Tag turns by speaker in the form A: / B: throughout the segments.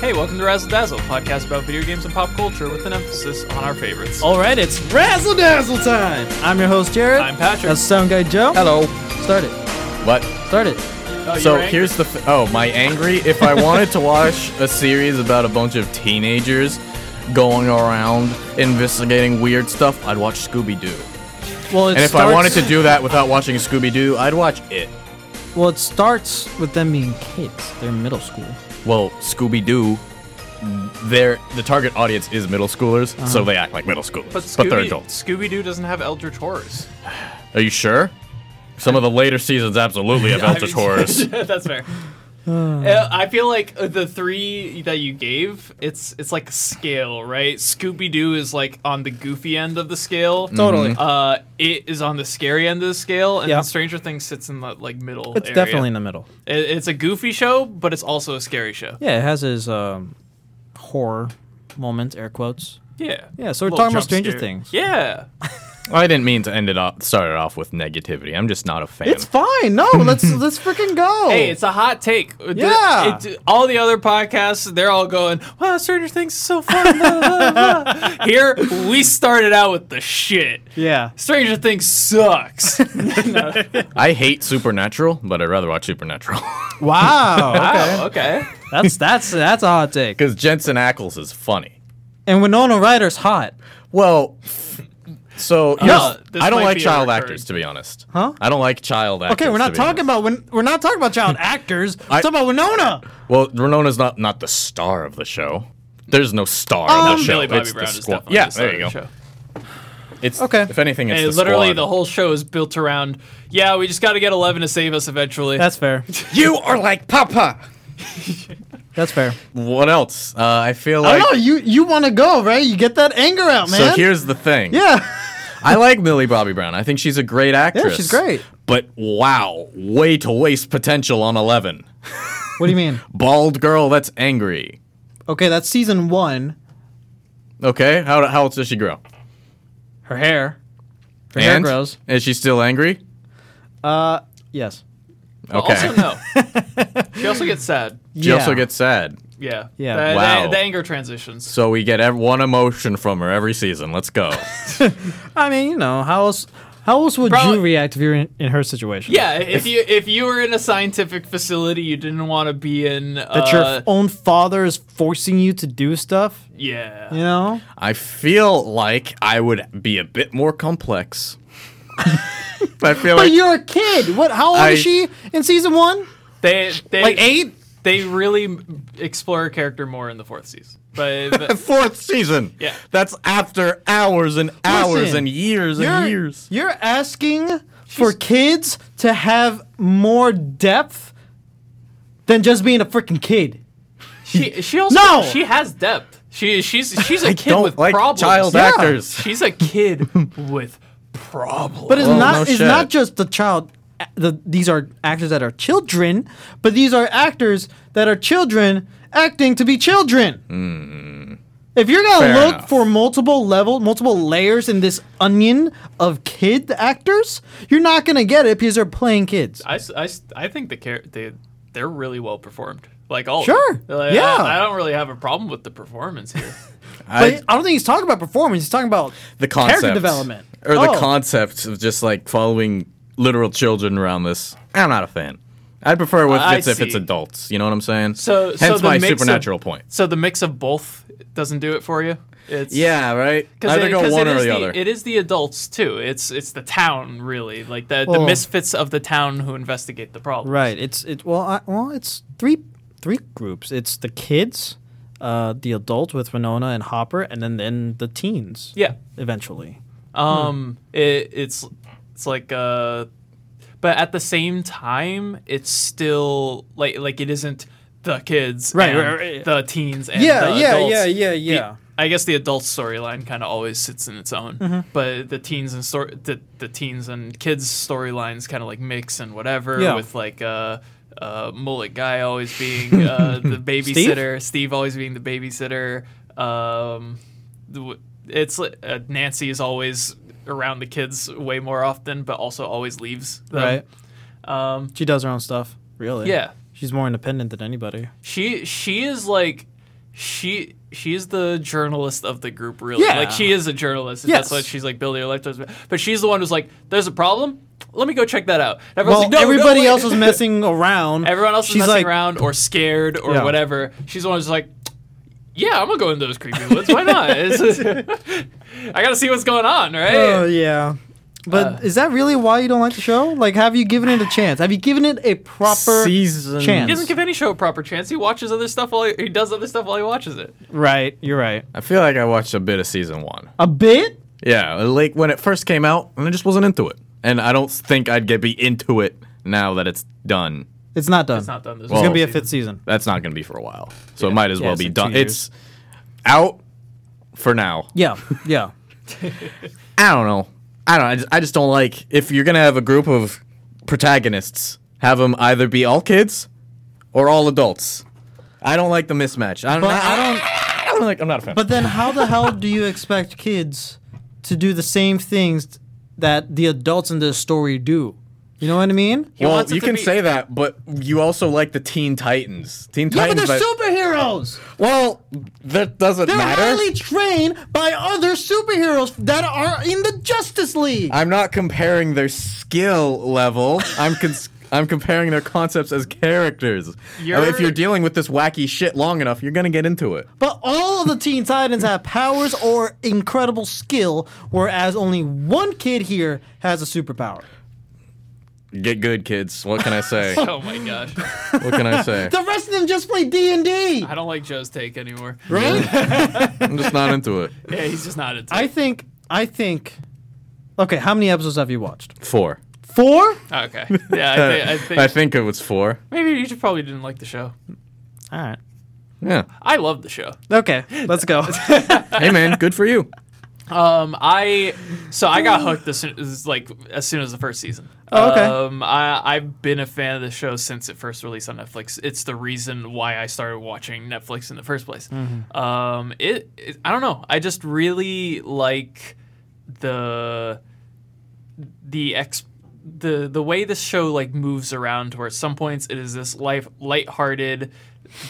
A: Hey, welcome to Razzle Dazzle, a podcast about video games and pop culture with an emphasis on our favorites.
B: All right, it's razzle dazzle time. I'm your host Jared.
A: I'm Patrick.
B: That's Sound Guy Joe.
C: Hello.
B: Start it.
C: What?
B: Start it.
A: Oh, you
C: so
A: were angry?
C: here's the. F- oh, my angry. If I wanted to watch a series about a bunch of teenagers going around investigating weird stuff, I'd watch Scooby Doo.
B: Well, it
C: And if
B: starts,
C: I wanted to do that without watching Scooby Doo, I'd watch it.
B: well, it starts with them being kids. They're middle school.
C: Well, Scooby Doo. They're, the target audience is middle schoolers, so they act like middle
A: Uh-huh.
C: schoolers.
A: but,
C: But,
A: Scooby,
C: they're adults.
A: Scooby Doo doesn't have Eldritch Horrors.
C: Are you sure? Some of the later seasons absolutely have
A: I mean,
C: Eldritch Horrors.
A: that's fair. Uh, I feel like uh, the three that you gave, it's it's like a scale, right? Scooby Doo is like on the goofy end of the scale.
B: Mm-hmm. Totally.
A: Uh, it is on the scary end of the scale, and
B: Yeah.
A: Stranger Things sits in the like middle.
B: It's
A: area.
B: definitely in the middle.
A: It- it's a goofy show, but it's also a scary show.
B: Yeah, it has his um, horror moments, air quotes.
A: Yeah.
B: Yeah, so we're
A: Little
B: talking about
A: jump
B: Stranger
A: scare.
B: Things.
A: Yeah.
C: I didn't mean to end it off, start it off with negativity. I'm just not a fan.
B: It's fine. No, let's let's freaking go.
A: Hey, it's a hot take. It-
B: Oh. Yeah.
A: it- all the other podcasts, they're all going, wow, Stranger Things is so fun. blah, blah, blah." Here, we started out with the shit.
B: yeah.
A: Stranger Things sucks.
C: I hate Supernatural, but I'd rather watch Supernatural.
B: Wow.
A: Wow, okay.
B: that's that's that's a hot take.
C: Because Jensen Ackles is funny.
B: And Winona Ryder's hot.
C: Well, so
A: No,
C: here's-
A: this
C: I don't
A: might
C: like
A: be a
C: child
A: recurring-
C: actors, to be honest.
B: Huh?
C: I don't like child actors.
B: Okay, we're
C: to
B: not
C: be
B: talking
C: honest.
B: about when we're not talking about child actors. We're
C: I-
B: talking about Winona.
C: Well, Renona's not not the star of the show. There's no star of the
B: Um,
C: show.
A: Billy Bobby
C: it's
A: Brown
C: the
A: is
C: squad.
A: definitely
C: Yeah,
A: the star
C: there you go.
A: of the show.
C: It's
B: Okay.
C: If anything, it's
A: And
C: the
A: literally,
C: squad.
A: the whole show is built around, yeah, we just got to get Eleven to save us eventually.
B: That's fair.
C: You are like Papa.
B: That's fair.
C: What else? Uh, I feel
B: I
C: like.
B: don't know. You you want to go right? You get that anger out, man.
C: so here's the thing.
B: yeah,
C: I like Millie Bobby Brown. I think she's a great actress.
B: she's great.
C: But wow, way to waste potential on Eleven.
B: what do you mean?
C: Bald girl that's angry.
B: Okay, that's season one.
C: Okay, how how else does she grow?
B: Her hair, her hair
C: And?
B: grows.
C: Is she still angry?
B: Uh, yes.
C: Okay.
A: Also, no. she also gets sad.
C: She
B: Yeah.
C: also gets sad.
A: Yeah.
B: Yeah.
A: The- The,
C: Wow.
A: the anger transitions.
C: So we get ev- one emotion from her every season. Let's go.
B: I mean, you know, how else? How else would
A: Probably-
B: you react if you're in, in her situation?
A: Yeah, if you if you were in a scientific facility you didn't want to be in, uh,
B: that your own father is forcing you to do stuff.
A: yeah,
B: You know,
C: I feel like I would be a bit more complex. I feel
B: but
C: like
B: you're a kid. What? How old
C: I-
B: is she in season one?
A: they they
B: Like eight.
A: they really m- explore her character more in the fourth season, but,
C: the
A: but
C: fourth season.
A: Yeah.
C: That's after hours and hours
B: Listen,
C: and years
B: You're,
C: and years.
B: you're asking for kids to have more depth than just being a freaking kid.
A: she she also
B: No!
A: she has depth. She she's she's a kid
C: don't
A: with
C: like
A: problems.
C: child
B: Yeah.
C: actors.
A: She's a kid with problems.
B: But it's
C: Well,
B: not
C: no
B: it's
C: shit.
B: not just the child. The, these are actors that are children, but these are actors that are children acting to be children. If you're gonna
C: Hmm. Fair
B: look
C: enough.
B: for multiple level, multiple layers in this onion of kid actors, you're not gonna get it because they're playing kids.
A: I, s- I s- I think the char- they they're really well performed. Like all of
B: Sure.
A: them. Like, I-
B: Yeah.
A: I, don't really have a problem with the performance here.
B: But
C: I-
B: I, don't think he's talking about performance. He's talking about
C: the concept
B: character development
C: or the
B: Oh.
C: concept of just like following literal children around this. I'm not a fan. I'd prefer with
A: I
C: it's, if it's
A: see.
C: adults. You know what I'm saying?
A: So- so
C: hence
A: the
C: my
A: mix of-
C: supernatural point.
A: so the mix of both doesn't do it for you. It's
C: Yeah, right.
A: 'Cause
C: Either
A: it-
C: go
A: 'cause
C: one
A: it
C: or
A: is
C: the, other.
A: It is the adults too. It's it's the town really, like the, the
B: Well-
A: misfits of the town who investigate the problem.
B: Oh. Right. It's it. Well, I, well, it's three three groups. It's the kids, uh, the adult with Winona and Hopper, and then then the teens.
A: Yeah.
B: Eventually.
A: Um. It, it's it's like uh, but at the same time, it's still like like it isn't the kids,
B: Right,
A: and
B: right, right.
A: The teens, and the adults. The- I guess the adult storyline kind of always sits in its own,
B: Mm-hmm.
A: but the teens and story, the, the teens and kids storylines kind of like mix and whatever
B: Yeah.
A: with like uh, uh, mullet guy always being uh, the babysitter, Steve? always being the babysitter. Um, the w- it's li- uh, Nancy is always around the kids way more often, but also always leaves. Them.
B: Right.
A: Um,
B: She does her own stuff. Really.
A: yeah.
B: She's more independent than anybody.
A: She she is like she she's the journalist of the group really
B: Yeah.
A: like she is a journalist and
B: Yes.
A: that's what she's like building her life towards but she's the one who's like there's a problem let me go check that out And everyone's
B: Well,
A: like, "No, no,
B: everybody
A: wait."
B: else was messing around.
A: everyone else is
B: She's
A: messing
B: like,
A: around or scared or
B: Yeah.
A: whatever she's the one who's like yeah i'm gonna go in those creepy woods why not It's- i gotta see what's going on right
B: Oh yeah. But
A: Uh,
B: is that really why you don't like the show? Like, have you given it a chance? Have you given it a proper
C: Season-
A: he
B: chance?
A: doesn't give any show a proper chance he watches other stuff while he, he does other stuff while he watches it
B: Right, you're right.
C: I feel like I watched a bit of season one.
B: A bit.
C: Yeah, like when it first came out, and I just wasn't into it. And I don't think I'd get be into it now that it's done.
B: It's not done.
A: it's not done this
B: It's
A: whole
B: gonna be a
A: season.
B: fifth season.
C: That's not going to be for a while. So it might as
B: Yeah,
C: well
B: it's
C: be
B: like
C: done.
B: two
C: It's out for now.
B: Yeah, yeah.
C: I don't know. I don't. I just, I just don't like if you're gonna have a group of protagonists, have them either be all kids or all adults. I don't like the mismatch. I don't.
B: But
C: I,
B: I
C: don't. I don't like. I'm not a fan.
B: But then, how the hell do you expect kids to do the same things that the adults in this story do? You know what I mean?
A: He
C: well,
A: wants it
C: you
A: to
C: can
A: be-
C: say that, but you also like the Teen Titans. Teen
B: Yeah, but
C: Titans.
B: they're superheroes.
C: well, that doesn't
B: They're
C: matter.
B: highly trained by other superheroes that are in the Justice League.
C: I'm not comparing their skill level. I'm cons- I'm comparing their concepts as characters. I mean, if
A: You're-
C: you're dealing with this wacky shit long enough, you're gonna get into it.
B: But all of the Teen Titans have powers or incredible skill, whereas only one kid here has a superpower.
C: Get good, kids. What can I say?
A: oh my gosh
C: What can I say?
B: The rest of them just play D and D.
A: i don't like joe's take anymore
B: Really?
C: I'm just not into it.
A: yeah he's just not into it.
B: I think. I think. Okay, how many episodes have you watched?
C: Four.
B: Four.
A: Okay. Yeah, I, thi- I think
C: Uh, I think it was four.
A: maybe you just probably didn't like the show.
B: All right.
C: Yeah.
A: I love the show.
B: Okay, let's go.
C: Hey man, good for you.
A: Um, I so I got hooked as soon as like as soon as the first season.
B: Oh, okay.
A: Um, I I've been a fan of the show since it first released on Netflix. It's the reason why I started watching Netflix in the first place. Um, it, it I don't know. I just really like the the ex the the way this show like moves around to where at some points it is this life lighthearted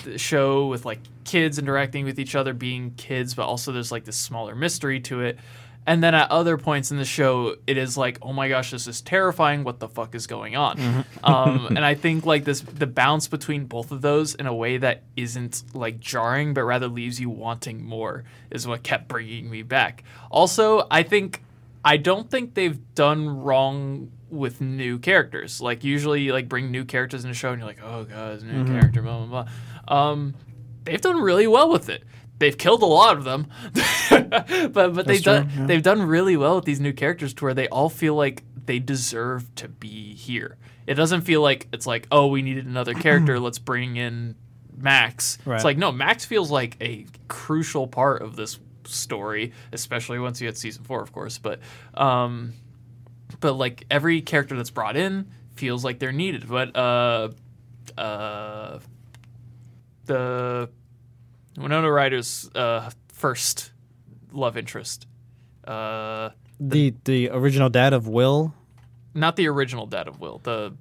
A: th- show with like kids interacting with each other being kids but also there's like this smaller mystery to it and then at other points in the show it is like oh my gosh this is terrifying what the fuck is going on um, and i think like this the bounce between both of those in a way that isn't like jarring but rather leaves you wanting more is what kept bringing me back also i think I don't think they've done wrong with new characters. Like usually, you, like bring new characters in a show, and you're like, oh god, it's a new character, blah blah blah. Um, they've done really well with it. They've killed a lot of them, but but they've done they've done really well with these new characters to where they all feel like they deserve to be here. It doesn't feel like it's like oh we needed another character, let's bring in Max.
B: Right.
A: It's like no, Max feels like a crucial part of this story, especially once you hit season four, of course. But um, but like every character that's brought in feels like they're needed. But uh, uh, the Winona Ryder's uh, first love interest, uh,
B: the the original dad of Will.
A: not the original dad of Will, the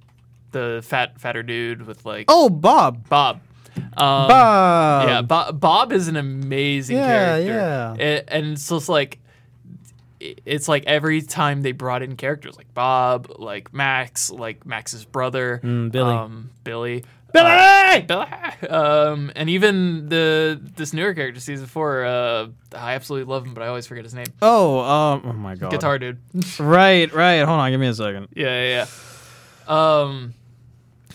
A: the fat fatter dude with like
B: Oh, Bob.
A: Bob. Um,
B: Bob.
A: yeah, Bob, Bob is an amazing
B: Um, Yeah,
A: character.
B: yeah.
A: A- and it's just like it- it's like every time they brought in characters like Bob, like Max, like Max's brother,
B: Mm, Billy.
A: um, Billy, uh, Billy, Billy, um, and even the this newer character season four. Uh, I absolutely love him, but I always forget his name.
B: Oh, um, oh my God.
A: Guitar dude.
B: Right, right. Hold on, give me a second.
A: Yeah, yeah, yeah. Um,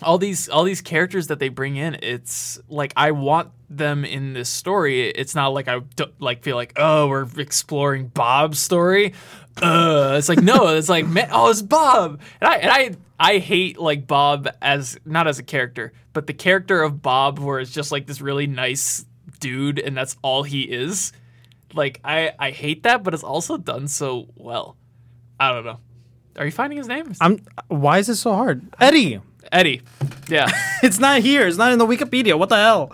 A: all these all these characters that they bring in, it's like I want them in this story. It's not like I d- like feel like oh we're exploring Bob's story. Uh, it's like no, it's like man, oh it's Bob, and I and I I hate like Bob as not as a character, but the character of Bob where it's just like this really nice dude, and that's all he is. Like I I hate that, but it's also done so well. I don't know. Are you finding his name?
B: I'm. Why is this so hard? Eddie.
A: Eddie. Yeah.
B: It's not here. It's not in the Wikipedia. What the hell?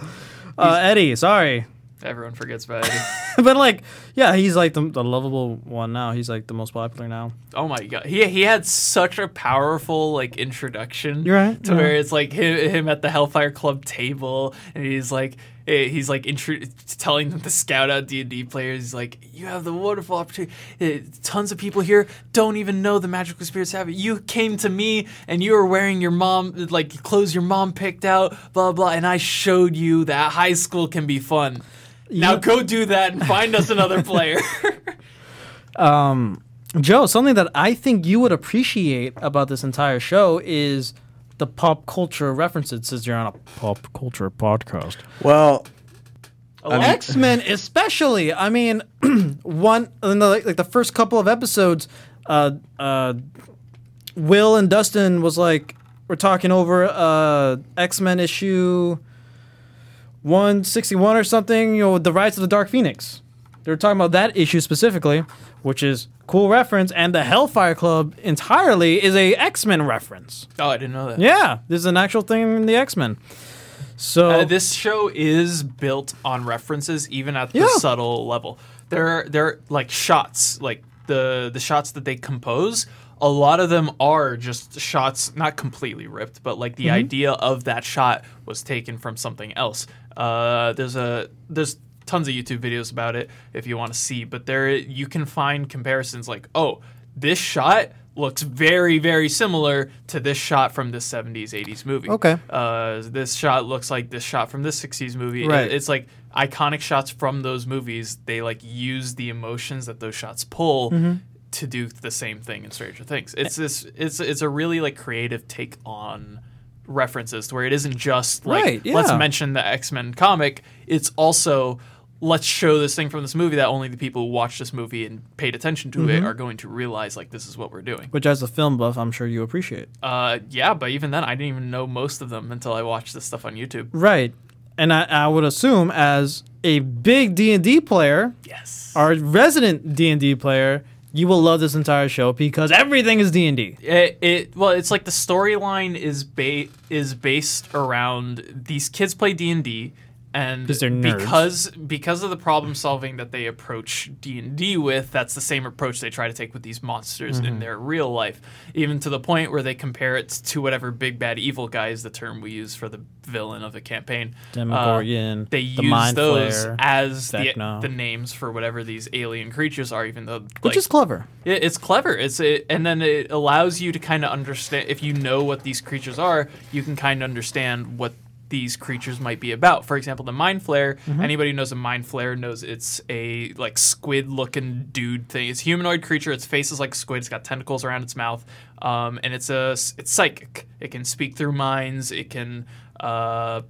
B: Uh, Eddie. Sorry.
A: Everyone forgets about Eddie.
B: but like, yeah, he's like the, the lovable one now. He's like the most popular now.
A: Oh my god, he he had such a powerful like introduction.
B: You're right,
A: To
B: you're
A: where
B: right.
A: it's like him, him at the Hellfire Club table, and he's like eh, he's like intro- telling them to scout out D and D players. He's like, you have the wonderful opportunity. eh, Tons of people here don't even know the magical spirits have it. You came to me, and you were wearing your mom like clothes your mom picked out, blah blah, and I showed you that high school can be fun. Now
B: You-
A: go do that and find us another player.
B: Joe, something that I think you would appreciate about this entire show is the pop culture references since you're on a pop culture podcast.
C: Well,
B: X Men, especially. I mean, one in the, like, like the first couple of episodes, uh, uh, Will and Dustin was like, we're talking over uh, X Men issue one sixty one or something. You know, the Rise of the Dark Phoenix. They were talking about that issue specifically, which is cool reference, and the Hellfire Club entirely is a X Men reference.
A: oh, I didn't know that.
B: Yeah, this is an actual thing in the X Men. So
A: Uh, this show is built on references, even at the
B: Yeah.
A: subtle level. There, are, there are like shots, like the the shots that they compose. A lot of them are just shots, not completely ripped, but like the
B: Mm-hmm.
A: idea of that shot was taken from something else. Uh, there's a there's tons of YouTube videos about it if you want to see, but there you can find comparisons like, oh, this shot looks very very similar to this shot from this 70s 80s movie
B: Okay.
A: uh, this shot looks like this shot from this 60s movie. It-
B: Right.
A: it's like iconic shots from those movies. They like use the emotions that those shots pull
B: Mm-hmm.
A: to do the same thing in Stranger Things. It's this. It's it's a really like creative take on references to where it isn't just like
B: Right,
A: let's
B: yeah.
A: mention the X Men comic. It's also let's show this thing from this movie that only the people who watched this movie and paid attention to
B: Mm-hmm.
A: it are going to realize like this is what we're doing.
B: which as a film buff, I'm sure you appreciate.
A: Uh, yeah, but even then, I didn't even know most of them until I watched this stuff on YouTube.
B: Right. And I, I would assume as a big D&D player,
A: Yes.
B: our resident D&D player, you will love this entire show because everything is D&D.
A: It, it well, it's like the storyline is ba- is based around these kids play D and D, and
B: 'Cause they're nerds.
A: because because of the problem solving that they approach D and D with, that's the same approach they try to take with these monsters
B: Mm-hmm.
A: in their real life, even to the point where they compare it to whatever big bad evil guy is the term we use for the villain of the campaign.
B: Demogorgon,
A: Uh, they
B: the
A: use
B: Mind
A: those
B: Flayer,
A: as the,
B: Vecna.
A: the names for whatever these alien creatures are, even though
B: Which
A: like,
B: is clever.
A: it, it's clever. It's it, and then it allows you to kind of understand if you know what these creatures are, you can kind of understand what these creatures might be about. For example, the mind flare. Anybody who knows a mind flare knows it's a like squid-looking dude thing. It's a humanoid creature. Its face is like a squid. It's got tentacles around its mouth, um, and it's a it's psychic. It can speak through minds. It can. Uh,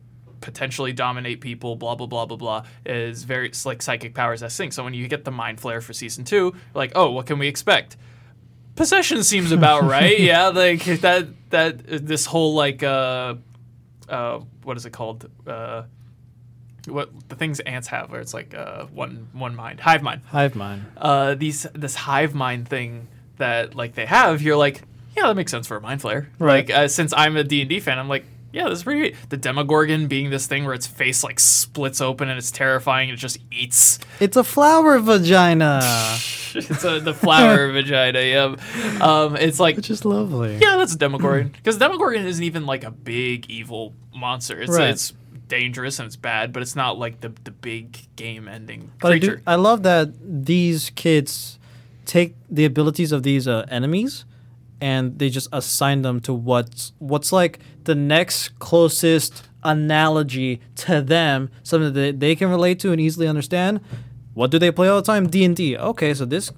A: potentially dominate people, blah blah blah blah blah, is very it's like psychic powers as thing. So when you get the mind flare for season two, like, oh, what can we expect? Possession seems about right, yeah. Like that that this whole like uh uh what is it called? Uh what the things ants have where it's like uh one one mind, hive mind
B: Hive mind.
A: uh, these this hive mind thing that like they have, you're like, yeah, that makes sense for a mind flayer.
B: Right.
A: Like uh, since I'm a D and D fan, I'm like, yeah, this is pretty. Great. The Demogorgon being this thing where its face like splits open and it's terrifying and it just eats.
B: It's a flower vagina,
A: It's a, the flower vagina. Yeah. Um, it's like
B: which is lovely.
A: yeah, that's a Demogorgon. Because Demogorgon isn't even like a big evil monster. It's
B: Right.
A: it's dangerous and it's bad, but it's not like the the big game ending
B: But I,
A: creature.
B: do, I love that these kids take the abilities of these uh, enemies and they just assign them to what's what's like the next closest analogy to them, something that they can relate to and easily understand. What do they play all the time? D and D. Okay, so this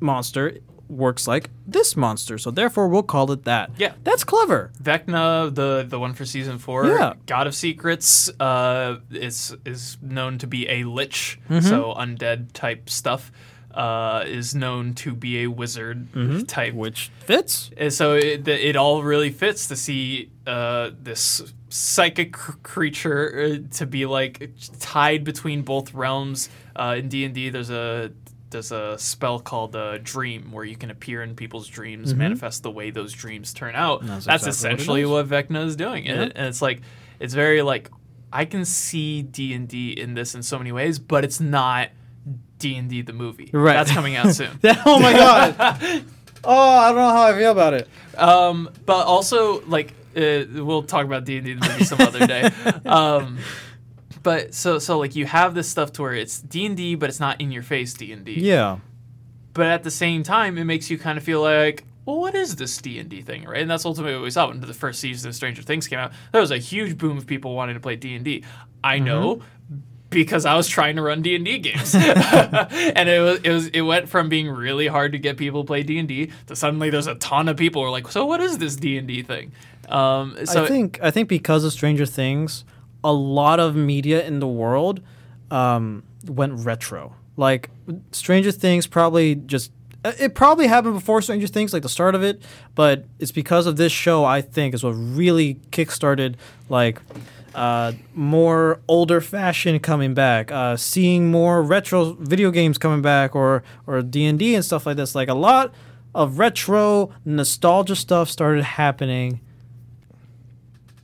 B: monster works like this monster, so therefore we'll call it that.
A: Yeah.
B: that's clever.
A: Vecna, the the one for season four,
B: Yeah.
A: God of Secrets, uh, is is known to be a lich, so undead type stuff. Uh, is known to be a wizard type,
B: Which fits.
A: and so it, the- it all really fits to see uh, this psychic cr- creature uh, to be like tied between both realms. Uh, in D and D, there's a there's a spell called uh, Dream, where you can appear in people's dreams, manifest the way those dreams turn out. That's,
B: Mm-hmm. That's exactly what it
A: essentially
B: is.
A: what, Vecna is doing, and, it- and it's like it's very like I can see D and D in this in so many ways, but it's not D and D the movie.
B: Right.
A: That's coming out soon.
B: oh my god. Oh, I don't know how I feel about it.
A: Um, but also like uh, we'll talk about D and D the movie some other day. Um, but so so like you have this stuff to where it's D and D, but it's not in your face D and D.
B: Yeah.
A: But at the same time, it makes you kind of feel like. Well, what is this D and D thing, right? And that's ultimately what we saw when the first season of Stranger Things came out. There was a huge boom of people wanting to play D and D. I
B: Mm-hmm.
A: know because I was trying to run D and D games, and it was it was it went from being really hard to get people to play D and D to suddenly there's a ton of people who are like, so what is this D and D thing? Um, so
B: I think I think because of Stranger Things, a lot of media in the world um, went retro. Like Stranger Things probably just uh, it probably happened before Stranger Things, like the start of it, but it's because of this show I think is what really kickstarted like uh, more older fashion coming back, uh, seeing more retro video games coming back, or or D and D and stuff like this. Like a lot of retro nostalgia stuff started happening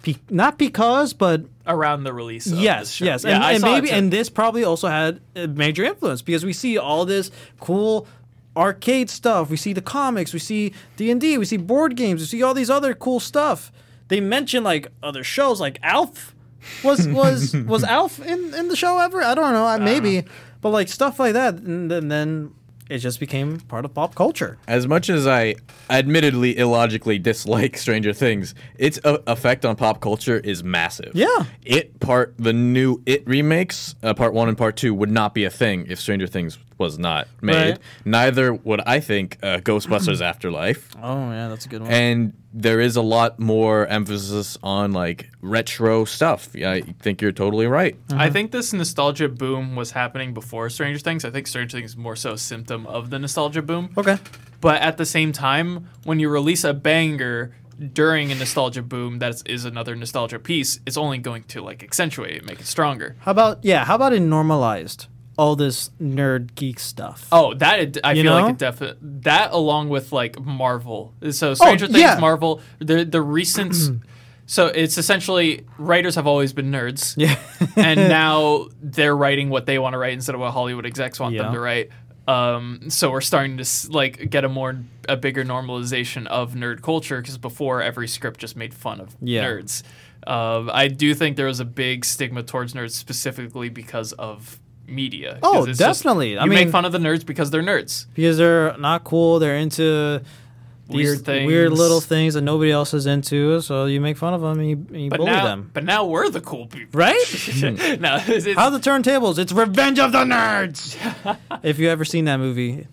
B: be- not because, but
A: around the release. Of this
B: yes,
A: show.
B: yes,
A: Yeah,
B: and,
A: I
B: and
A: saw it
B: maybe
A: too.
B: and this probably also had a major influence because we see all this cool arcade stuff. We see the comics, we see D and D, we see board games, we see all these other cool stuff. They mention like other shows, like Alf. Was was was Alf in in the show ever? I don't know. I, maybe, but like stuff like that, and, then then it just became part of pop culture.
C: As much as I admittedly illogically dislike Stranger Things, its uh, effect on pop culture is massive.
B: Yeah.
C: It part the new It remakes, uh, part 1 and part 2 would not be a thing if Stranger Things was not made.
B: Right.
C: Neither would I think uh, Ghostbusters Afterlife.
B: Oh yeah, that's a good one.
C: And there is a lot more emphasis on like retro stuff. Yeah, I think you're totally right.
B: Mm-hmm.
A: I think this nostalgia boom was happening before Stranger Things. I think Stranger Things is more so a symptom of the nostalgia boom.
B: okay.
A: But at the same time, when you release a banger during a nostalgia boom that is, is another nostalgia piece, it's only going to like accentuate it, make it stronger.
B: How about yeah? How about it normalized all this nerd geek stuff?
A: Oh, that it, I
B: You
A: feel
B: know? Oh,
A: like it definitely that along with like Marvel. So Stranger Things,
B: yeah.
A: Marvel, the the recent. so it's essentially writers have always been nerds.
B: Yeah.
A: and now they're writing what they want to write instead of what Hollywood execs want
B: Yeah.
A: them to write. Um, so we're starting to s- like get a more a bigger normalization of nerd culture because before every script just made fun of
B: Yeah.
A: nerds. Um, I do think there was a big stigma towards nerds specifically because of media. 'Cause
B: Oh,
A: it's just-
B: definitely. I
A: you
B: mean-
A: make fun of the nerds because they're nerds.
B: because they're not cool. They're into these
A: Weird things.
B: weird little things that nobody else is into. So you make fun of them and you, and you
A: But
B: bully
A: now,
B: them,
A: but now we're the cool people.
B: right?
A: now, it's, it's-
B: How the turntables? It's Revenge of the Nerds. if you ever seen that movie,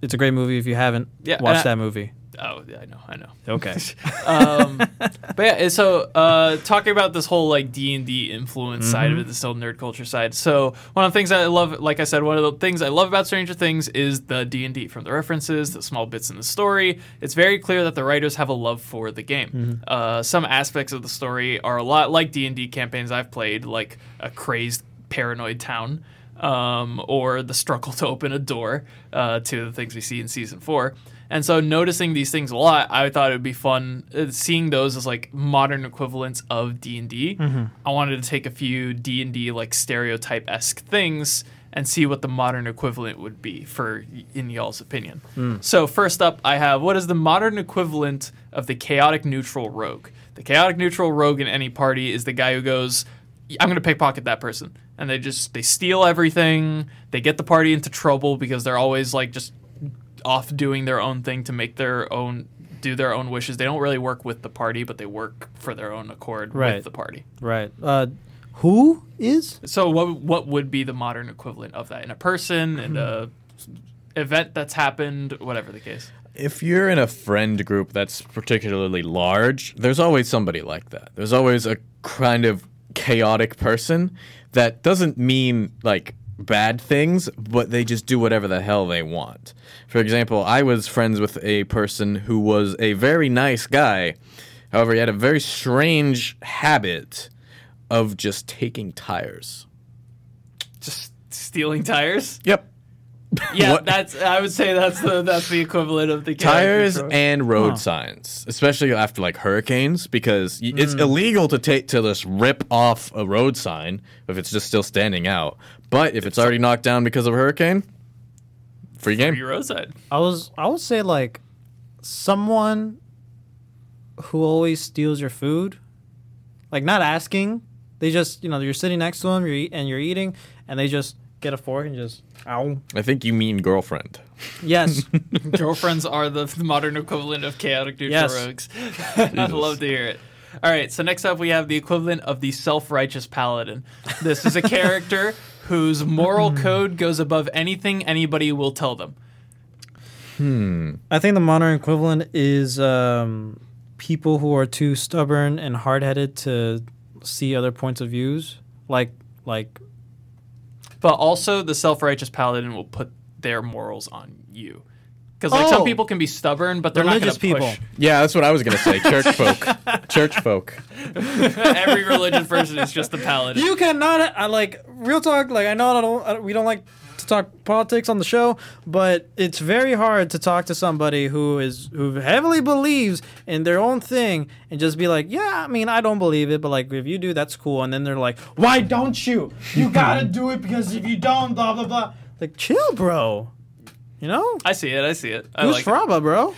B: it's a great movie. If you haven't,
A: Yeah,
B: watch
A: and I-
B: that movie.
A: oh, yeah, I know, I know.
B: Okay.
A: um, but yeah, and so uh, talking about this whole like D and D influence side of it, this whole nerd culture side. So one of the things I love, like I said, one of the things I love about Stranger Things is the D and D from the references, the small bits in the story. It's very clear that the writers have a love for the game. Uh, some aspects of the story are a lot like D and D campaigns I've played, like a crazed paranoid town. Um, or the struggle to open a door, uh, two of the things we see in season four. And so noticing these things a lot, I thought it would be fun uh, seeing those as like modern equivalents of D and D. I wanted to take a few D and D like stereotype esque things and see what the modern equivalent would be for y- in y'all's opinion. So first up, I have what is the modern equivalent of the chaotic neutral rogue? The chaotic neutral rogue in any party is the guy who goes, I'm gonna pickpocket that person, and they just they steal everything. They get the party into trouble because they're always like just off doing their own thing to make their own do their own wishes. They don't really work with the party, but they work for their own accord
B: Right.
A: with the party.
B: right. Uh, who is?
A: So what what would be the modern equivalent of that in a person in a
C: Mm-hmm.
A: event that's happened, whatever the case.
C: If you're in a friend group that's particularly large, there's always somebody like that. There's always a kind of chaotic person that doesn't mean like bad things, but they just do whatever the hell they want. For example, I was friends with a person who was a very nice guy. However, he had a very strange habit of just taking tires.
A: Just stealing tires.
C: Yep.
A: Yeah,
C: What-
A: that's. I would say that's the that's the equivalent of the
C: tires
A: character
C: and road signs, especially after like hurricanes, because y it's illegal to take to just rip off a road sign if it's just still standing out. But if it's already knocked down because of a hurricane, free
A: trope.
C: game.
A: Your roadside.
B: I was I would say like someone who always steals your food, like not asking. They just you know you're sitting next to them, you're eat, and you're eating, and they just get a fork and just ow.
C: I think you mean girlfriend.
B: Yes,
A: Girlfriends are the the modern equivalent of chaotic neutral
B: Yes.
A: rogues. I'd love to hear it. All right, so next up we have the equivalent of the self-righteous paladin. This is a character whose moral
B: Hmm.
A: code goes above anything anybody will tell them.
B: I think the modern equivalent is um, people who are too stubborn and hard headed to see other points of views, like like
A: But also, the self-righteous paladin will put their morals on you. Because like some
B: Oh.
A: people can be stubborn, but they're
B: religious
A: not going to
B: people.
A: push.
C: Yeah, that's what I was gonna say. Church folk. Church folk.
A: Every religious person is just the paladin.
B: You cannot. I like real talk. Like I know I don't. I, we don't like to talk politics on the show, but it's very hard to talk to somebody who is who heavily believes in their own thing and just be like, yeah, I mean, I don't believe it, but like if you do, that's cool. And then they're like, why don't you? You gotta do it because if you don't, blah blah blah. Like chill, bro. You know.
A: I see it. I see it. I
B: Who's
A: like it.
B: Fraba, bro?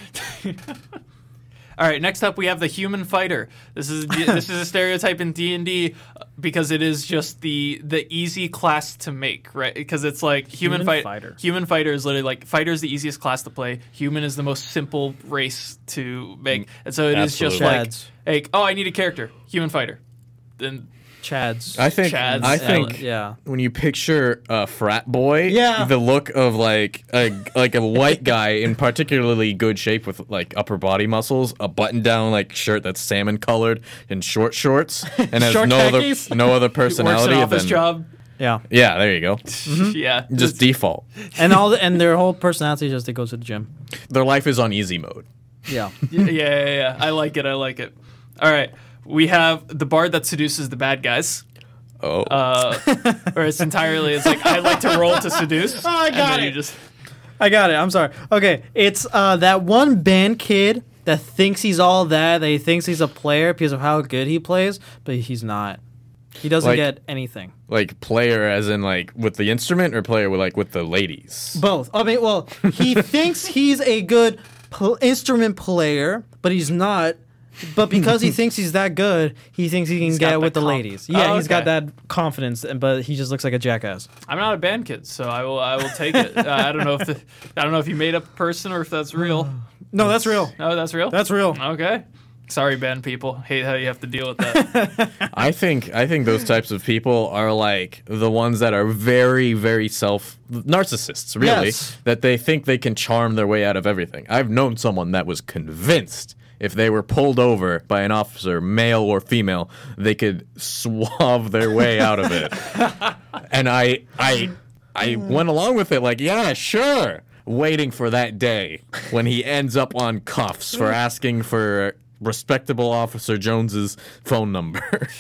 A: All right, next up we have the human fighter. This is this is a stereotype in D and D uh, because it is just the the easy class to make, right? Because it's like human,
B: Human
A: fight-
B: fighter.
A: Human fighter is literally like fighter is the easiest class to play. Human is the most simple race to make, and so it is just like,
B: Chads.
A: like, oh, I need a character, human fighter. Then
B: Chad's.
C: I think
A: Chad's
C: I
A: Ellen.
C: think
B: Yeah.
C: when you picture a frat boy,
B: Yeah.
C: the look of like a like a white guy in particularly good shape with like upper body muscles, a button down like shirt that's salmon colored and short shorts, and has
B: Short
C: no
B: khakis.
C: other no other
A: works an
C: personality Mm-hmm.
A: office
C: than
A: job.
B: Yeah.
C: yeah, there you go,
A: yeah,
C: just default.
B: And all the, and their whole personality is just they go to the gym.
C: Their life is on easy mode.
B: Yeah.
A: yeah, yeah, yeah, yeah. I like it. I like it. All right, we have the bard that seduces the bad guys.
C: Oh,
A: uh, or it's entirely it's like I like to roll to seduce.
B: Oh, I
A: and
B: got
A: then You
B: it.
A: just
B: I got it. I'm sorry. Okay, it's uh, that one band kid that thinks he's all that. That he thinks he's a player because of how good he plays, but he's not. He doesn't
C: Like-
B: get anything.
C: like player as in like with the instrument or player with like with the ladies.
B: Both. I mean, well, he thinks he's a good pl- instrument player, but he's not. But because he thinks he's that good, he thinks he
A: got
B: can get
A: the
B: with the
A: conf-
B: ladies. Yeah,
A: Oh,
B: he's got
A: okay.
B: that confidence, and but he just looks like a jackass.
A: I'm not a band kid, so I will I will take it. Uh, I don't know if the, I don't know if you made up a person or if that's real.
B: No, that's real.
A: No, that's real.
B: That's real.
A: okay. Sorry, band people. Hate how you have to deal with that.
C: I think I think those types of people are like the ones that are very very self narcissists really
B: Yes.
C: that they think they can charm their way out of everything. I've known someone that was convinced if they were pulled over by an officer male or female they could suave their way out of it. And I I I
A: Mm.
C: went along with it like yeah sure waiting for that day when he ends up on cuffs for asking for respectable officer Jones's phone number.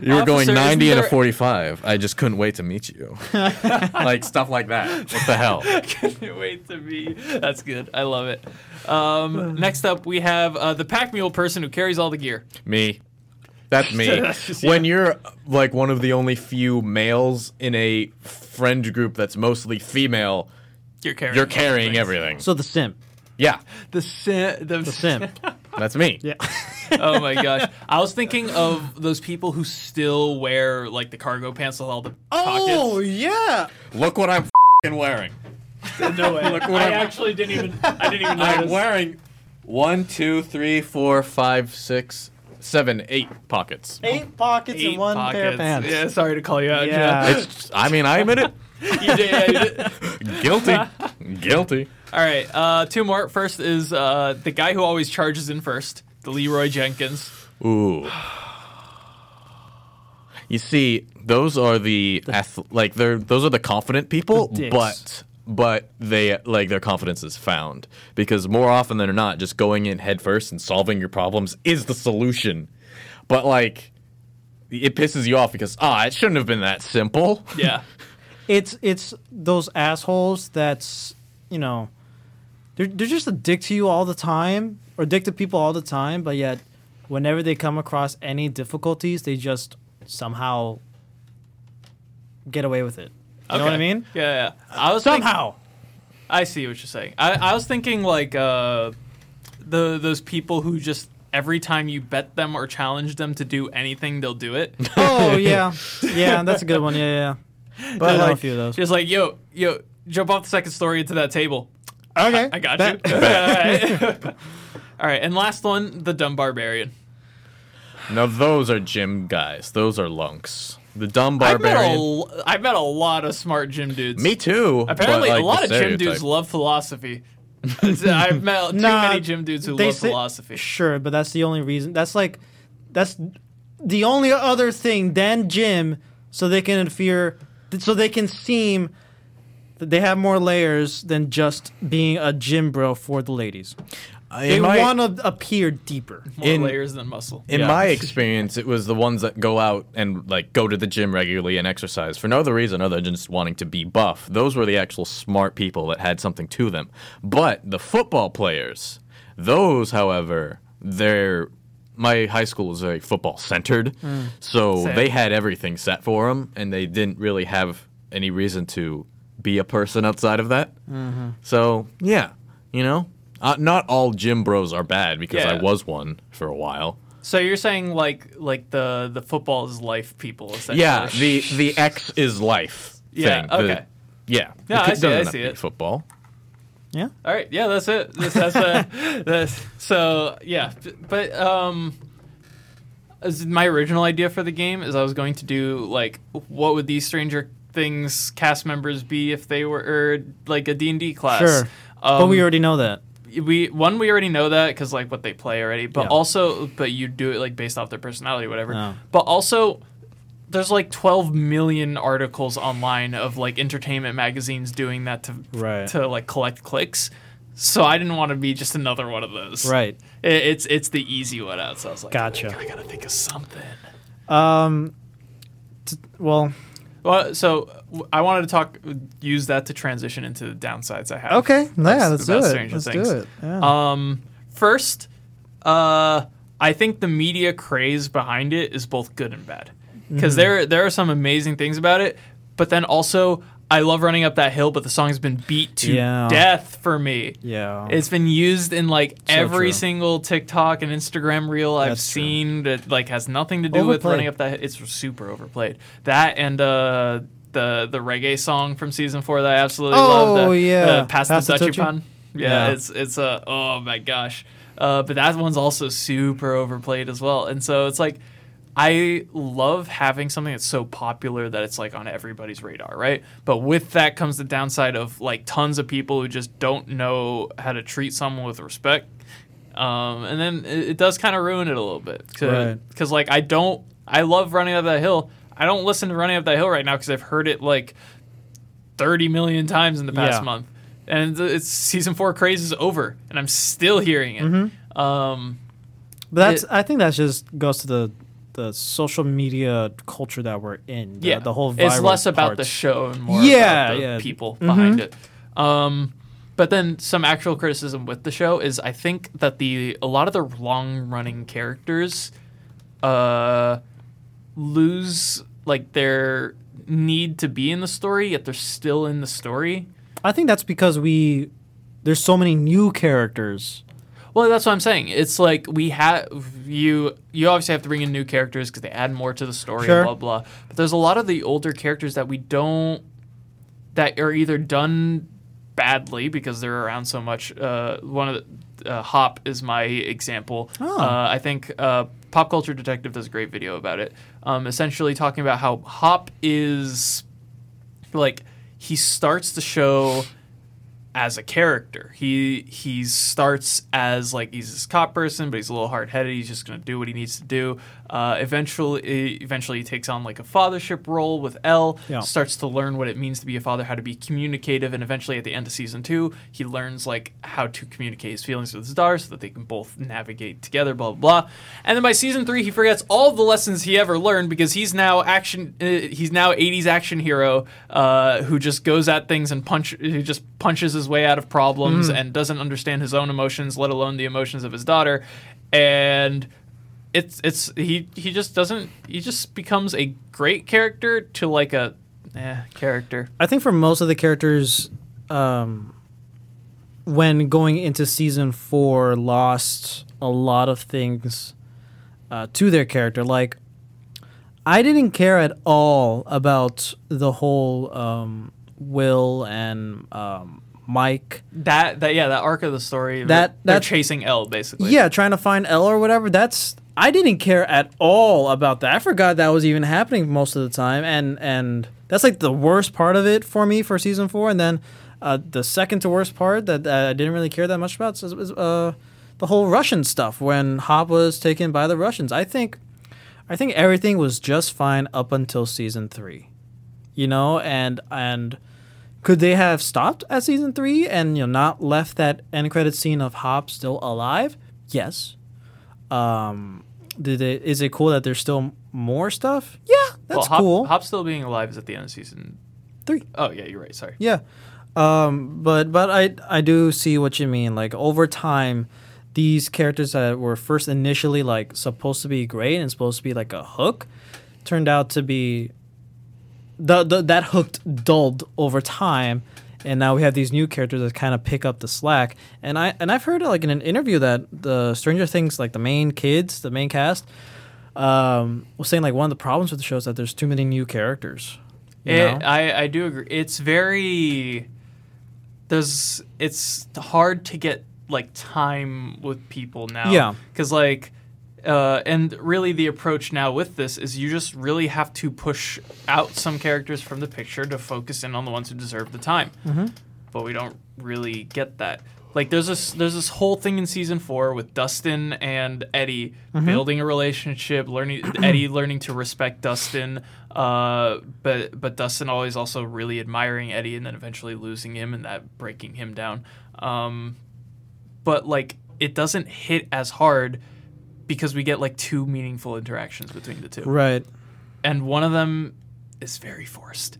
C: You were going
A: Officer,
C: 90
A: isn't
C: and a
A: there-
C: 45. I just couldn't wait to meet you. like stuff like that. What the hell?
A: Can't Wait to be. That's good. I love it. Um, next up, we have uh, the pack mule person who carries all the gear.
C: Me. That's me. When you're like one of the only few males in a friend group that's mostly female,
A: You're carrying.
C: you're carrying everything.
B: So the simp,
C: Yeah,
A: the sim. The,
B: the simp.
C: that's me. Yeah.
A: oh my gosh. I was thinking of those people who still wear like the cargo pants with all the pockets.
B: Oh, yeah.
C: Look what I'm fing wearing.
A: No way.
C: what
A: I
C: I'm-
A: actually didn't even. I didn't even
C: I'm
A: notice.
C: wearing one, two, three, four, five, six, seven, eight pockets.
B: Eight pockets
A: Eight
B: and one pair
A: pockets.
B: of pants.
A: Yeah, sorry to call you out.
B: Yeah.
C: It's, I mean, I admit it.
A: Jeff. You did- yeah, you did.
C: Guilty. Guilty.
A: All right. Uh, two more. First is uh, the guy who always charges in first, the Leroy Jenkins.
C: Ooh. You see, those are the ath- like they're those are the confident people,
B: The dicks.
C: but but they like their confidence is found because more often than not, just going in head first and solving your problems is the solution. But like, it pisses you off because ah, it shouldn't have been that simple.
A: Yeah.
B: it's it's those assholes that's you know they're they're just a dick to you all the time or dick to people all the time, but yet whenever they come across any difficulties, they just somehow get away with it. You know what I
A: Okay.
B: mean?
A: Yeah, yeah. I was thinking-
B: Somehow.
A: I see what you're saying. I, I was thinking like uh, the those people who just every time you bet them or challenge them to do anything, they'll do it.
B: oh yeah, yeah, that's a good one. Yeah, yeah. But I know a
A: like,
B: few of those.
A: just like yo, yo, jump off the second story into that table.
B: okay,
A: I got
B: that-
A: you. All right. All right, and last one, the dumb barbarian.
C: Now those are gym guys. Those are lunks. The dumb
A: I've met, a,
C: barbarian.
A: l- I've met a lot of smart gym dudes.
C: Me too. but,
A: Apparently,
C: like,
A: a
C: the
A: lot of gym
C: stereotype.
A: dudes love philosophy. I've met too
B: Nah,
A: many gym dudes who
B: they
A: love
B: say-
A: philosophy.
B: Sure, but that's the only reason. That's like, that's the only other thing than Jim, so they can interfere, so they can seem that they have more layers than just being a gym bro for the ladies. They
C: In my,
B: want to appear deeper.
A: More
C: in-
A: layers than muscle.
C: in
B: yeah.
C: my experience, it was the ones that go out and like go to the gym regularly and exercise for no other reason other than just wanting to be buff. Those were the actual smart people that had something to them. But the football players, those, however, they're my high school was very football centered, so
A: Sick.
C: they had everything set for them, and they didn't really have any reason to be a person outside of that. So yeah, you know, uh, not all gym bros are bad because I
A: Yeah.
C: was one for a while.
A: So you're saying like like the the football is life people essentially.
C: Yeah, the the X is life
A: Yeah,
C: thing. The-
A: okay.
C: yeah.
A: No,
C: It
A: I see it,
C: doesn't
A: I
C: have to
A: see
C: be
A: it.
C: Football.
B: Yeah.
A: All right. Yeah, that's it. That's, that's, uh, that's so yeah. b- But um, as my original idea for the game is I was going to do like what would these Stranger Things cast members be if they were or, like d and D class.
B: Sure.
A: Um,
B: but we already know that.
A: we one we already know that because like what they play already but
B: Yeah.
A: also but you do it like based off their personality whatever
B: Oh.
A: but also there's like 12 million articles online of like entertainment magazines doing that to
B: Right.
A: to like collect clicks so i didn't want to be just another one of those
B: Right.
A: I- it's it's the easy one out so i was like
B: Gotcha.
A: i gotta think of something
B: Um, t- well,
A: well so w- i wanted to talk use that to transition into the downsides i have
B: okay. Yeah, let's do
A: about
B: it.
A: Stranger
B: Let's
A: Things.
B: do it. Yeah.
A: Um, first, uh, I think the media craze behind it is both good and bad
B: Mm-hmm.
A: because there there are some amazing things about it, but then also I love running up that hill, but the song's been beat to
B: Yeah.
A: death for me.
B: yeah.
A: It's been used in like every
B: true.
A: single TikTok and Instagram reel I've
B: That's true.
A: seen that like has nothing to do with
B: Overplayed.
A: running up that. It's super overplayed. That and uh, the the reggae song from season four that I absolutely
B: Oh,
A: love. the-
B: yeah.
A: uh, Pass the
B: Pass the
A: Dutchie
B: Touchy?
A: Pan. Yeah,
B: Yeah.
A: it's it's uh, oh my gosh. Uh, but that one's also super overplayed as well, and so it's like. I love having something that's so popular that it's like on everybody's radar, right? But with that comes the downside of like tons of people who just don't know how to treat someone with respect. Um, and then it, it does kind of ruin it a little bit. Because,
B: Right.
A: like, I don't, I love Running Up That Hill. I don't listen to Running Up That Hill right now because I've heard it like 30 million times in the past
B: Yeah.
A: month. And it's season four craze is over, and I'm still hearing it.
B: Mm-hmm.
A: Um,
B: But that's
A: It-
B: I think that just goes to the the social media culture that we're in. The,
A: yeah,
B: the whole viral
A: it's less about the
B: parts.
A: show and more
B: Yeah,
A: about the
B: yeah. Mm-hmm.
A: people behind it. Um, but then some actual criticism with the show is I think that the a lot of the long running characters uh, lose like their need to be in the story, yet they're still in the story.
B: I think that's because we there's so many new characters.
A: Well, that's what I'm saying. It's like we have you. You obviously have to bring in new characters because they add more to the story.
B: Sure.
A: and Blah blah. But there's a lot of the older characters that we don't that are either done badly because they're around so much. Uh, one of the, uh, Hop is my example.
B: Oh.
A: Uh, I think uh, Pop Culture Detective does a great video about it. Um, essentially, talking about how Hop is like he starts the show as a character. He he starts as like he's this cop person, but he's a little hard headed. He's just gonna do what he needs to do. Uh, eventually, eventually he takes on like a fathership role with L.
B: Yeah.
A: Starts to learn what it means to be a father, how to be communicative, and eventually at the end of season two, he learns like how to communicate his feelings with his daughter so that they can both navigate together. Blah blah. blah. And then by season three, he forgets all of the lessons he ever learned because he's now action. Uh, he's now '80s action hero uh, who just goes at things and punch. Who just punches his way out of problems and doesn't understand his own emotions, let alone the emotions of his daughter. And it's it's he he just doesn't. He just becomes a great character to like a eh, character.
B: I think for most of the characters, um, when going into season four, lost a lot of things uh, to their character. Like, I didn't care at all about the whole um, Will and um, Mike.
A: That that yeah, that arc of the story.
B: That-
A: they're
B: that's-
A: chasing L basically.
B: Yeah, trying to find L or whatever. That's I didn't care at all about that. I forgot that was even happening most of the time, and and that's like the worst part of it for me for season four. And then uh, the second to worst part that uh, I didn't really care that much about is, is uh, the whole Russian stuff when Hop was taken by the Russians. I think I think everything was just fine up until season three, you know, and and could they have stopped at season three and you know not left that end credit scene of Hop still alive? Yes. Um, did they, is it cool that there's still more stuff? Yeah, that's
A: well, Hop,
B: cool.
A: Hop still being alive is at the end of season
B: Three.
A: Oh yeah, you're right. Sorry.
B: Yeah. Um, but but I I do see what you mean. Like over time, these characters that were first initially like supposed to be great and supposed to be like a hook, turned out to be the, the that hooked dulled over time, and now we have these new characters that kind of pick up the slack. And I and I've heard like in an interview that the Stranger Things like the main kids, the main cast, um, was saying like one of the problems with the show is that there's too many new characters. you know?
A: It, I I do agree. It's very there's it's hard to get like time with people now.
B: Yeah.
A: Because like. Uh, and really, the approach now with this is you just really have to push out some characters from the picture to focus in on the ones who deserve the time. but we don't really get that. Like there's this there's this whole thing in season four with Dustin and Eddie building a relationship, learning Eddie learning to respect Dustin, uh, but but Dustin always also really admiring Eddie and then eventually losing him and that breaking him down. Um, but like it doesn't hit as hard because we get like two meaningful interactions between the two,
B: Right.
A: and one of them is very forced.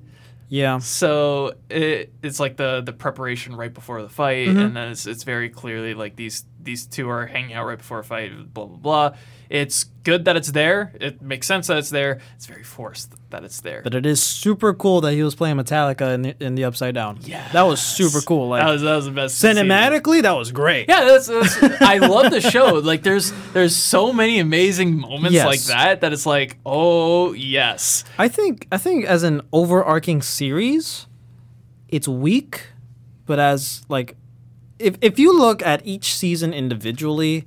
B: Yeah.
A: So it, it's like the the preparation right before the fight,
B: Mm-hmm.
A: and then it's it's very clearly like these these two are hanging out right before a fight. Blah blah blah. It's good that it's there. It makes sense that it's there. It's very forced that it's there.
B: But it is super cool that he was playing Metallica in the, in the Upside Down.
A: Yes.
B: that was super cool. Like
A: that was that was the best scene.
B: cinematically, that was great.
A: Yeah, that's, that's I love the show. Like there's there's so many amazing moments
B: Yes.
A: like that that it's like oh yes.
B: I think I think as an overarching series, it's weak, but as like, if if you look at each season individually,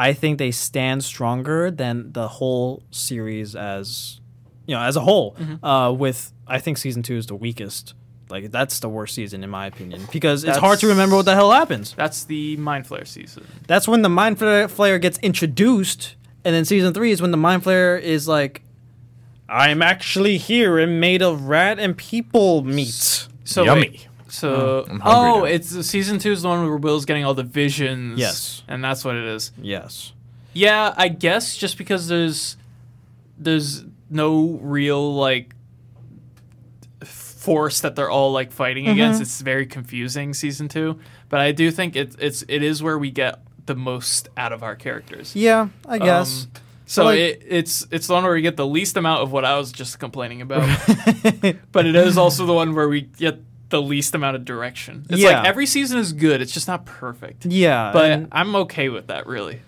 B: I think they stand stronger than the whole series as you know as a whole.
A: Mm-hmm.
B: Uh, with I think season two is the weakest. Like that's the worst season in my opinion because it's hard to
A: That's-
B: remember what the hell happens.
A: That's the mind flare season.
B: That's when the mind flare, flare gets introduced, and then season three is when the mind flare is like, "I'm actually here and made of rat and people meat."
A: So
C: Yummy.
A: wait, so
C: I'm hungry
A: oh,
C: now.
A: it's season two is the one where Will's getting all the visions.
B: Yes.
A: and that's what it is.
B: Yes.
A: Yeah, I guess just because there's there's no real like force that they're all like fighting against. It's very confusing season two, but I do think it's it's it is where we get the most out of our characters.
B: Yeah, I guess.
A: Um, so
B: Like-
A: it, it's it's the one where we get the least amount of what I was just complaining about, but it is also the one where we get the least amount of direction. It's
B: Yeah.
A: like every season is good. It's just not perfect.
B: yeah,
A: But
B: and
A: I'm okay with that, really.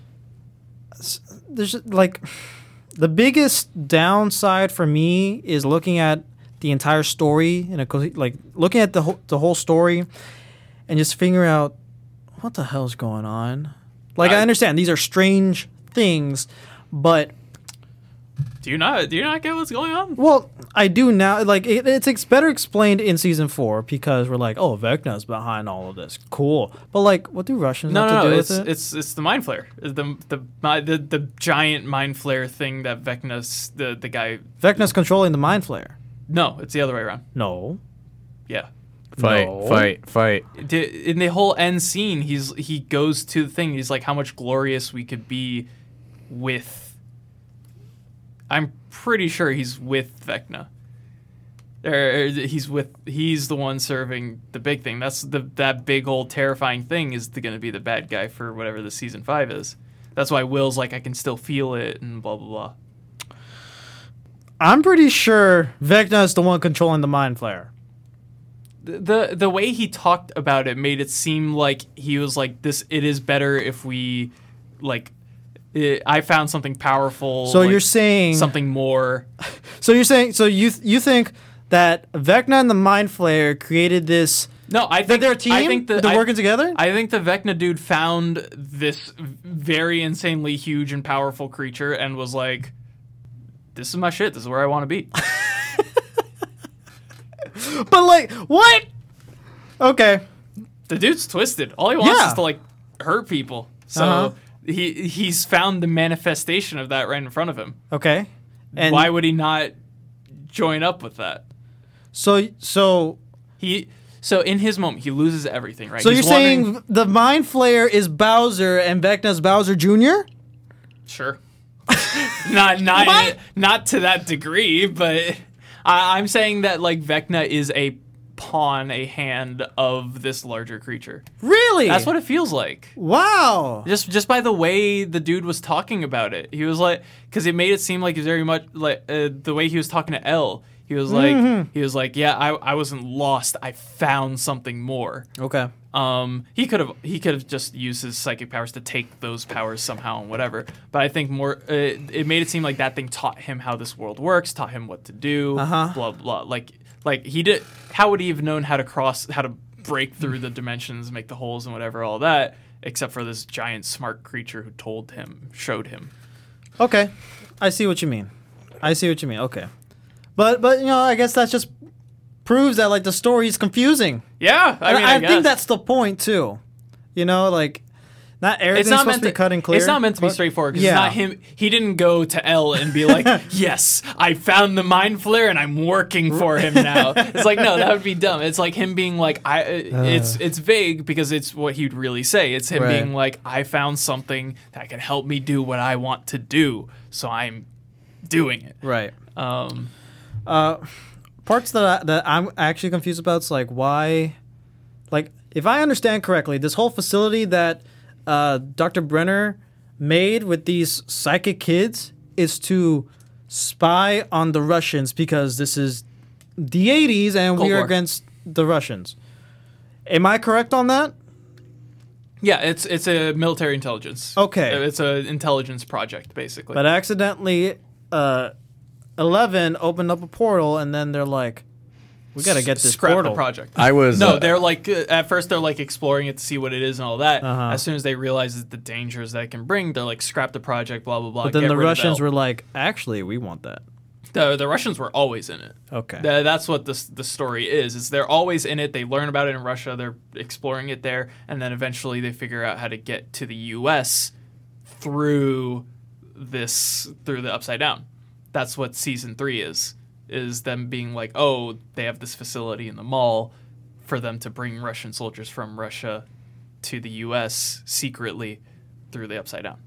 B: there's like the biggest downside for me is looking at the entire story in a co- like looking at the whole, the whole story and just figuring out what the hell's going on. Like I,
A: I-
B: understand these are strange things, but
A: Do you not? Do you not get what's going on?
B: Well, I do now. Like it, it's ex- better explained in season four because we're like, oh, Vecna's behind all of this. Cool, but like, what do Russians
A: No,
B: have
A: no,
B: to
A: no.
B: do
A: It's,
B: with it?
A: it's it's the mind flare. The the my, the, the giant mind flare thing that Vecna's the the guy.
B: Vecna's controlling the mind flare.
A: No, it's the other way around.
B: No,
A: Yeah.
C: Fight,
B: No.
C: fight, fight.
A: Di- In the whole end scene, he's he goes to the thing. He's like, "How much glorious we could be with." I'm pretty sure he's with Vecna. Or or he's with he's the one serving the big thing. That's the that big old terrifying thing is going to be the bad guy for whatever the season five is. That's why Will's like, "I can still feel it," and blah blah blah.
B: I'm pretty sure Vecna is the one controlling the mind flare.
A: the the way he talked about it made it seem like he was like this it is better if we like i i found something powerful
B: So
A: like,
B: you're saying
A: something more
B: So you're saying so you th- you think that Vecna and the mind flare created this?
A: no i
B: That
A: think
B: they're a team.
A: i think the,
B: they're
A: I,
B: working together.
A: I think the vecna dude found this very insanely huge and powerful creature and was like this is my shit this is where i want to be
B: but like, what? Okay.
A: the dude's twisted. All he wants
B: Yeah.
A: is to like hurt people. So
B: Uh-huh.
A: he he's found the manifestation of that right in front of him.
B: Okay. And
A: Why would he not join up with that?
B: so so
A: He so in his moment he loses everything. Right.
B: so
A: He's
B: you're saying
A: wondering-
B: v- the mind flare is Bowser and Vecna's Bowser Jr.
A: sure? not not
B: What?
A: not to that degree, but I, I'm saying that like Vecna is a pawn, a hand of this larger creature.
B: Really?
A: That's what it feels like.
B: Wow.
A: just just by the way the dude was talking about it he was like because it made it seem like he's very much like uh, the way he was talking to l he was like he was like yeah I, I wasn't lost i found something more
B: Okay.
A: um he could have he could have just used his psychic powers to take those powers somehow and whatever but i think more uh, it made it seem like that thing taught him how this world works taught him what to do
B: Uh-huh.
A: blah blah like like he did how would he have known how to cross how to break through the dimensions make the holes and whatever all that except for this giant smart creature who told him showed him
B: Okay. I see what you mean. I see what you mean. Okay. But but you know I guess that just proves that like the story is confusing.
A: yeah i
B: And
A: mean
B: I,
A: i,
B: think
A: guess.
B: that's the point too. You know, like not everything's
A: it's not
B: supposed
A: meant
B: to be cut and clear.
A: It's not meant to be
B: but-
A: straightforward. 'cause
B: Yeah.
A: It's not him. He didn't go to L and be like, "Yes, I found the mind flare and I'm working for him now." it's like no, that would be dumb. It's like him being like, "I." uh,
B: Uh.
A: It's it's vague because it's what he'd really say. It's him
B: Right.
A: being like, "I found something that can help me do what I want to do, so I'm doing it."
B: Right.
A: Um,
B: Uh, Parts that I, that I'm actually confused about is like why, like if I understand correctly, this whole facility that uh, Dr. Brenner made with these psychic kids is to spy on the Russians because this is the 80s and
A: Cold
B: we are
A: War.
B: against the Russians. Am I correct on that?
A: yeah, it's it's a military intelligence.
B: Okay.
A: it's an intelligence project basically.
B: But accidentally, uh, Eleven opened up a portal, and then they're like, "We gotta get this
A: scrap
B: portal."
A: the project.
C: I was
A: No,
C: uh,
A: they're like uh, at first they're like exploring it to see what it is and all that.
B: Uh-huh.
A: As soon as they realize that the dangers that it can bring, they're like scrap the project, blah blah blah.
B: But then
A: get
B: the
A: rid of
B: Russians
A: Bell.
B: were like, "Actually, we want that."
A: the, the Russians were always in it.
B: Okay.
A: Th- that's what the the story is. Is they're always in it. They learn about it in Russia. They're exploring it there, and then eventually they figure out how to get to the U.S. through this through the Upside Down. That's what season three is. Is them being like, oh, they have this facility in the mall for them to bring Russian soldiers from Russia to the U.S. secretly through the Upside Down.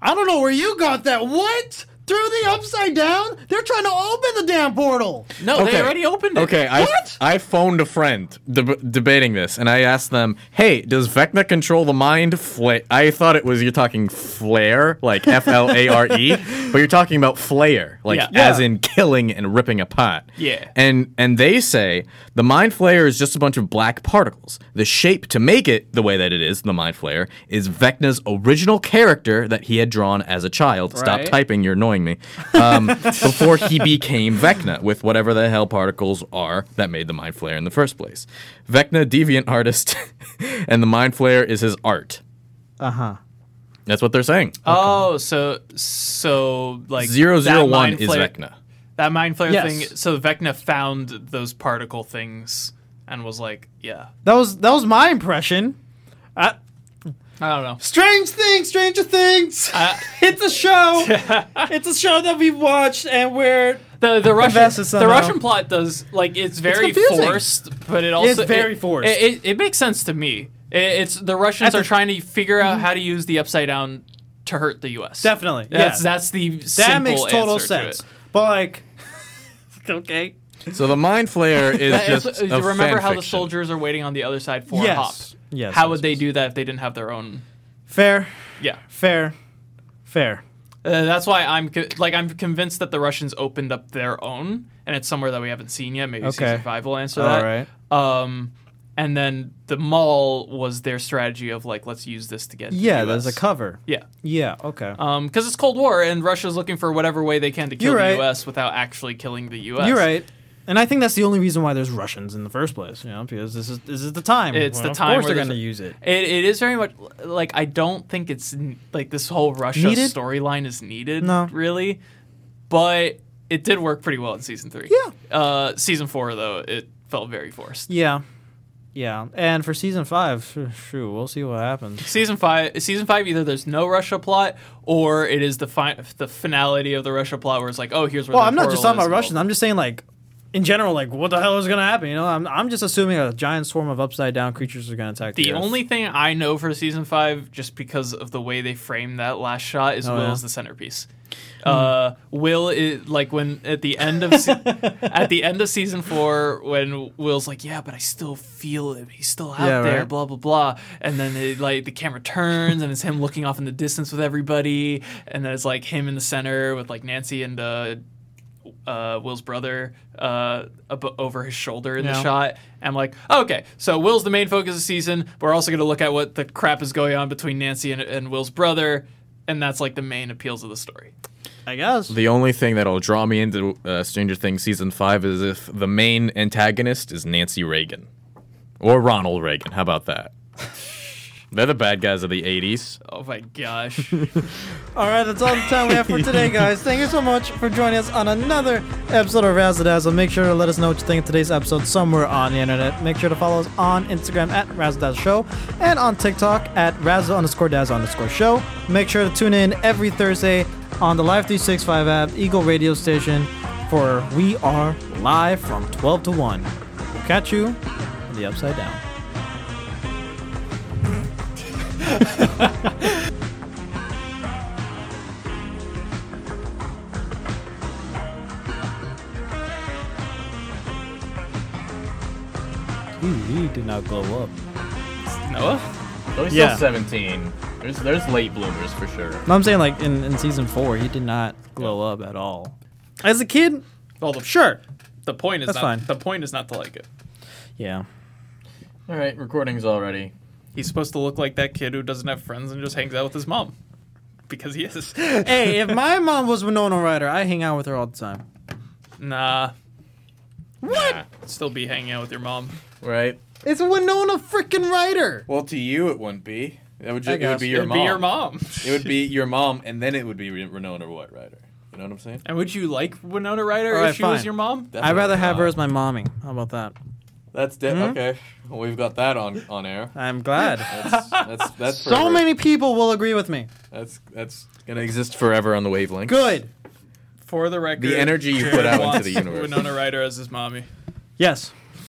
B: I don't know where you got that. What? Through the upside down? They're trying to open the damn portal.
A: No, they
C: Okay.
A: already opened it.
C: Okay, I
B: What?
C: I phoned a friend deb- debating this, and I asked them, "Hey, does Vecna control the mind?" Fla-? I thought it was you're talking flare, like F L A R E, but you're talking about flare, like
A: Yeah.
C: as
B: Yeah.
C: in killing and ripping apart.
A: Yeah.
C: And and they say the mind flare is just a bunch of black particles. The shape to make it the way that it is, the mind flare, is Vecna's original character that he had drawn as a child. Stop
A: Right.
C: typing, you're annoying me. Um, before he became Vecna with whatever the hell particles are that made the mind flare in the first place.
A: Uh-huh.
C: Vecna, deviant artist, and the mind flare is his art.
B: Uh huh.
C: That's what they're saying.
A: Oh, so so like
C: Zero zero
A: that
C: one
A: mind
C: is
A: flare-
C: Vecna.
A: That mind flare
B: Yes.
A: thing. So Vecna found those particle things and was like, yeah,
B: That was that was my impression. I,
A: I don't know.
B: Strange Things, Stranger Things.
A: I-
B: it's a show. it's a show that we've watched and we're
A: The the Russian
B: Invest it
A: the
B: somehow.
A: Russian plot does like it's very
B: confusing.
A: forced, but it also
B: very
A: it-
B: forced.
A: It, it, it makes sense to me. It, it's the Russians
B: At
A: are
B: the- Mm-hmm.
A: trying to figure out how to use the upside down to hurt the U.S.
B: Definitely, yeah.
A: That's that's the
B: that
A: simple
B: makes total
A: answer to it.
B: sense. But like okay.
C: So the mind flare is
A: That is-
C: just.
A: is-
C: a
A: remember
C: fan
A: how the
C: fiction.
A: soldiers are waiting on the other side for
B: Yes.
A: a hops.
B: Yes,
A: How
B: yes,
A: would they do that if they didn't have their own?
B: Fair,
A: Yeah.
B: fair, fair.
A: Uh, that's why I'm co- like I'm convinced that the Russians opened up their own, and it's somewhere that we haven't seen yet. Maybe
B: Okay.
A: season five will answer
B: All
A: that.
B: right.
A: Um, and then the mall was their strategy of like let's use this to get to
B: Yeah,
A: the
B: there's a
A: US.
B: cover.
A: yeah.
B: Yeah, okay.
A: Um, because it's Cold War and Russia's looking for whatever way they can to kill
B: You're right.
A: the U.S. without actually killing the U.S.
B: You're right. And I think that's the only reason why there's Russians in the first place, you know, because this is this is the time.
A: It's
B: when
A: the
B: of
A: time
B: course
A: where
B: they're
A: there's-
B: going to use it.
A: It, it is very much like I don't think it's n- like this whole Russia
B: Needed?
A: storyline is needed,
B: No.
A: really. But it did work pretty well in season three. Yeah. Uh, season four though, it felt very forced.
B: Yeah, yeah. And for season five, phew, phew, we'll see what happens.
A: Season five, season five, either there's no Russia plot or it is the fi- the finality of the Russia plot, where it's like, oh, here's where.
B: Well,
A: the
B: I'm not just
A: portal is
B: talking about
A: and all
B: Russians. I'm just saying like, in general, like what the hell is going to happen? You know, I'm I'm just assuming a giant swarm of upside down creatures are going to attack. The,
A: The
B: Earth.
A: only thing I know for season five, just because of the way they frame that last shot, is Will
B: Oh, yeah.
A: is the centerpiece. Uh, Will is like when at the end of se- at the end of season four, when Will's like, "Yeah, but I still feel him. He's still out
B: Yeah,
A: there."
B: right.
A: Blah blah blah. And then it, like the camera turns and it's him looking off in the distance with everybody, and then it's like him in the center with like Nancy and uh, uh, Will's brother uh, ab- over his shoulder in the
B: Yeah.
A: shot. I'm like, okay, so Will's the main focus of the season. But we're also going to look at what the crap is going on between Nancy and, and Will's brother, and that's like the main appeals of the story.
B: I guess.
C: The only thing that'll draw me into uh, Stranger Things season five is if the main antagonist is Nancy Reagan or Ronald Reagan. How about that? They're the bad guys of the '80s.
A: Oh my gosh.
B: All right, that's all the time we have for today, guys. Thank you so much for joining us on another episode of Razzadazzle. Make sure to let us know what you think of today's episode somewhere on the internet. Make sure to follow us on Instagram at Razzadazzle Show and on TikTok at Razzle underscore Dazz underscore Show. Make sure to tune in every Thursday on the Live 365 app, Eagle Radio Station, for we are live from 12 to 1. We'll catch you on the Upside Down. Ooh, you did not glow up.
A: Noah?
C: They're
B: Yeah.
C: 17. There's there's late bloomers for sure.
B: No, I'm saying like in, in season four, he did not glow up at all. As a kid,
A: Well, the,
B: sure.
A: the point is
B: That's
A: not
B: fine.
A: the point is not to like it.
B: Yeah.
C: All right, recording's already.
A: He's supposed to look like that kid who doesn't have friends and just hangs out with his mom, because he is.
B: hey, if my mom was Winona Ryder, I hang out with her all the time.
A: nah,
B: What?
A: still be hanging out with your mom.
C: Right.
B: It's Winona freaking Ryder.
C: Well, to you it wouldn't be. That would
B: I
C: just, it
B: guess.
C: would be your
A: It'd
C: mom.
A: be your mom.
C: It would be your mom, and then it would be Re- Renona White Rider. You know what I'm saying?
A: And would you like Winona Ryder
B: All right,
A: if she was
B: fine.
A: your mom?
C: That's
B: I'd
C: what
B: rather
C: I'm
B: have her
C: about.
B: as my mommy. How about that?
C: That's de- okay. Well, we've got that on on air.
B: I'm glad.
C: That's that's, that's
B: so
C: forever.
B: many people will agree with me.
C: That's that's gonna exist forever on the wavelength.
B: Good.
A: For the record,
C: The energy you
A: Jared
C: put out
A: wants
C: into the universe.
A: Winona Ryder as his mommy.
B: Yes.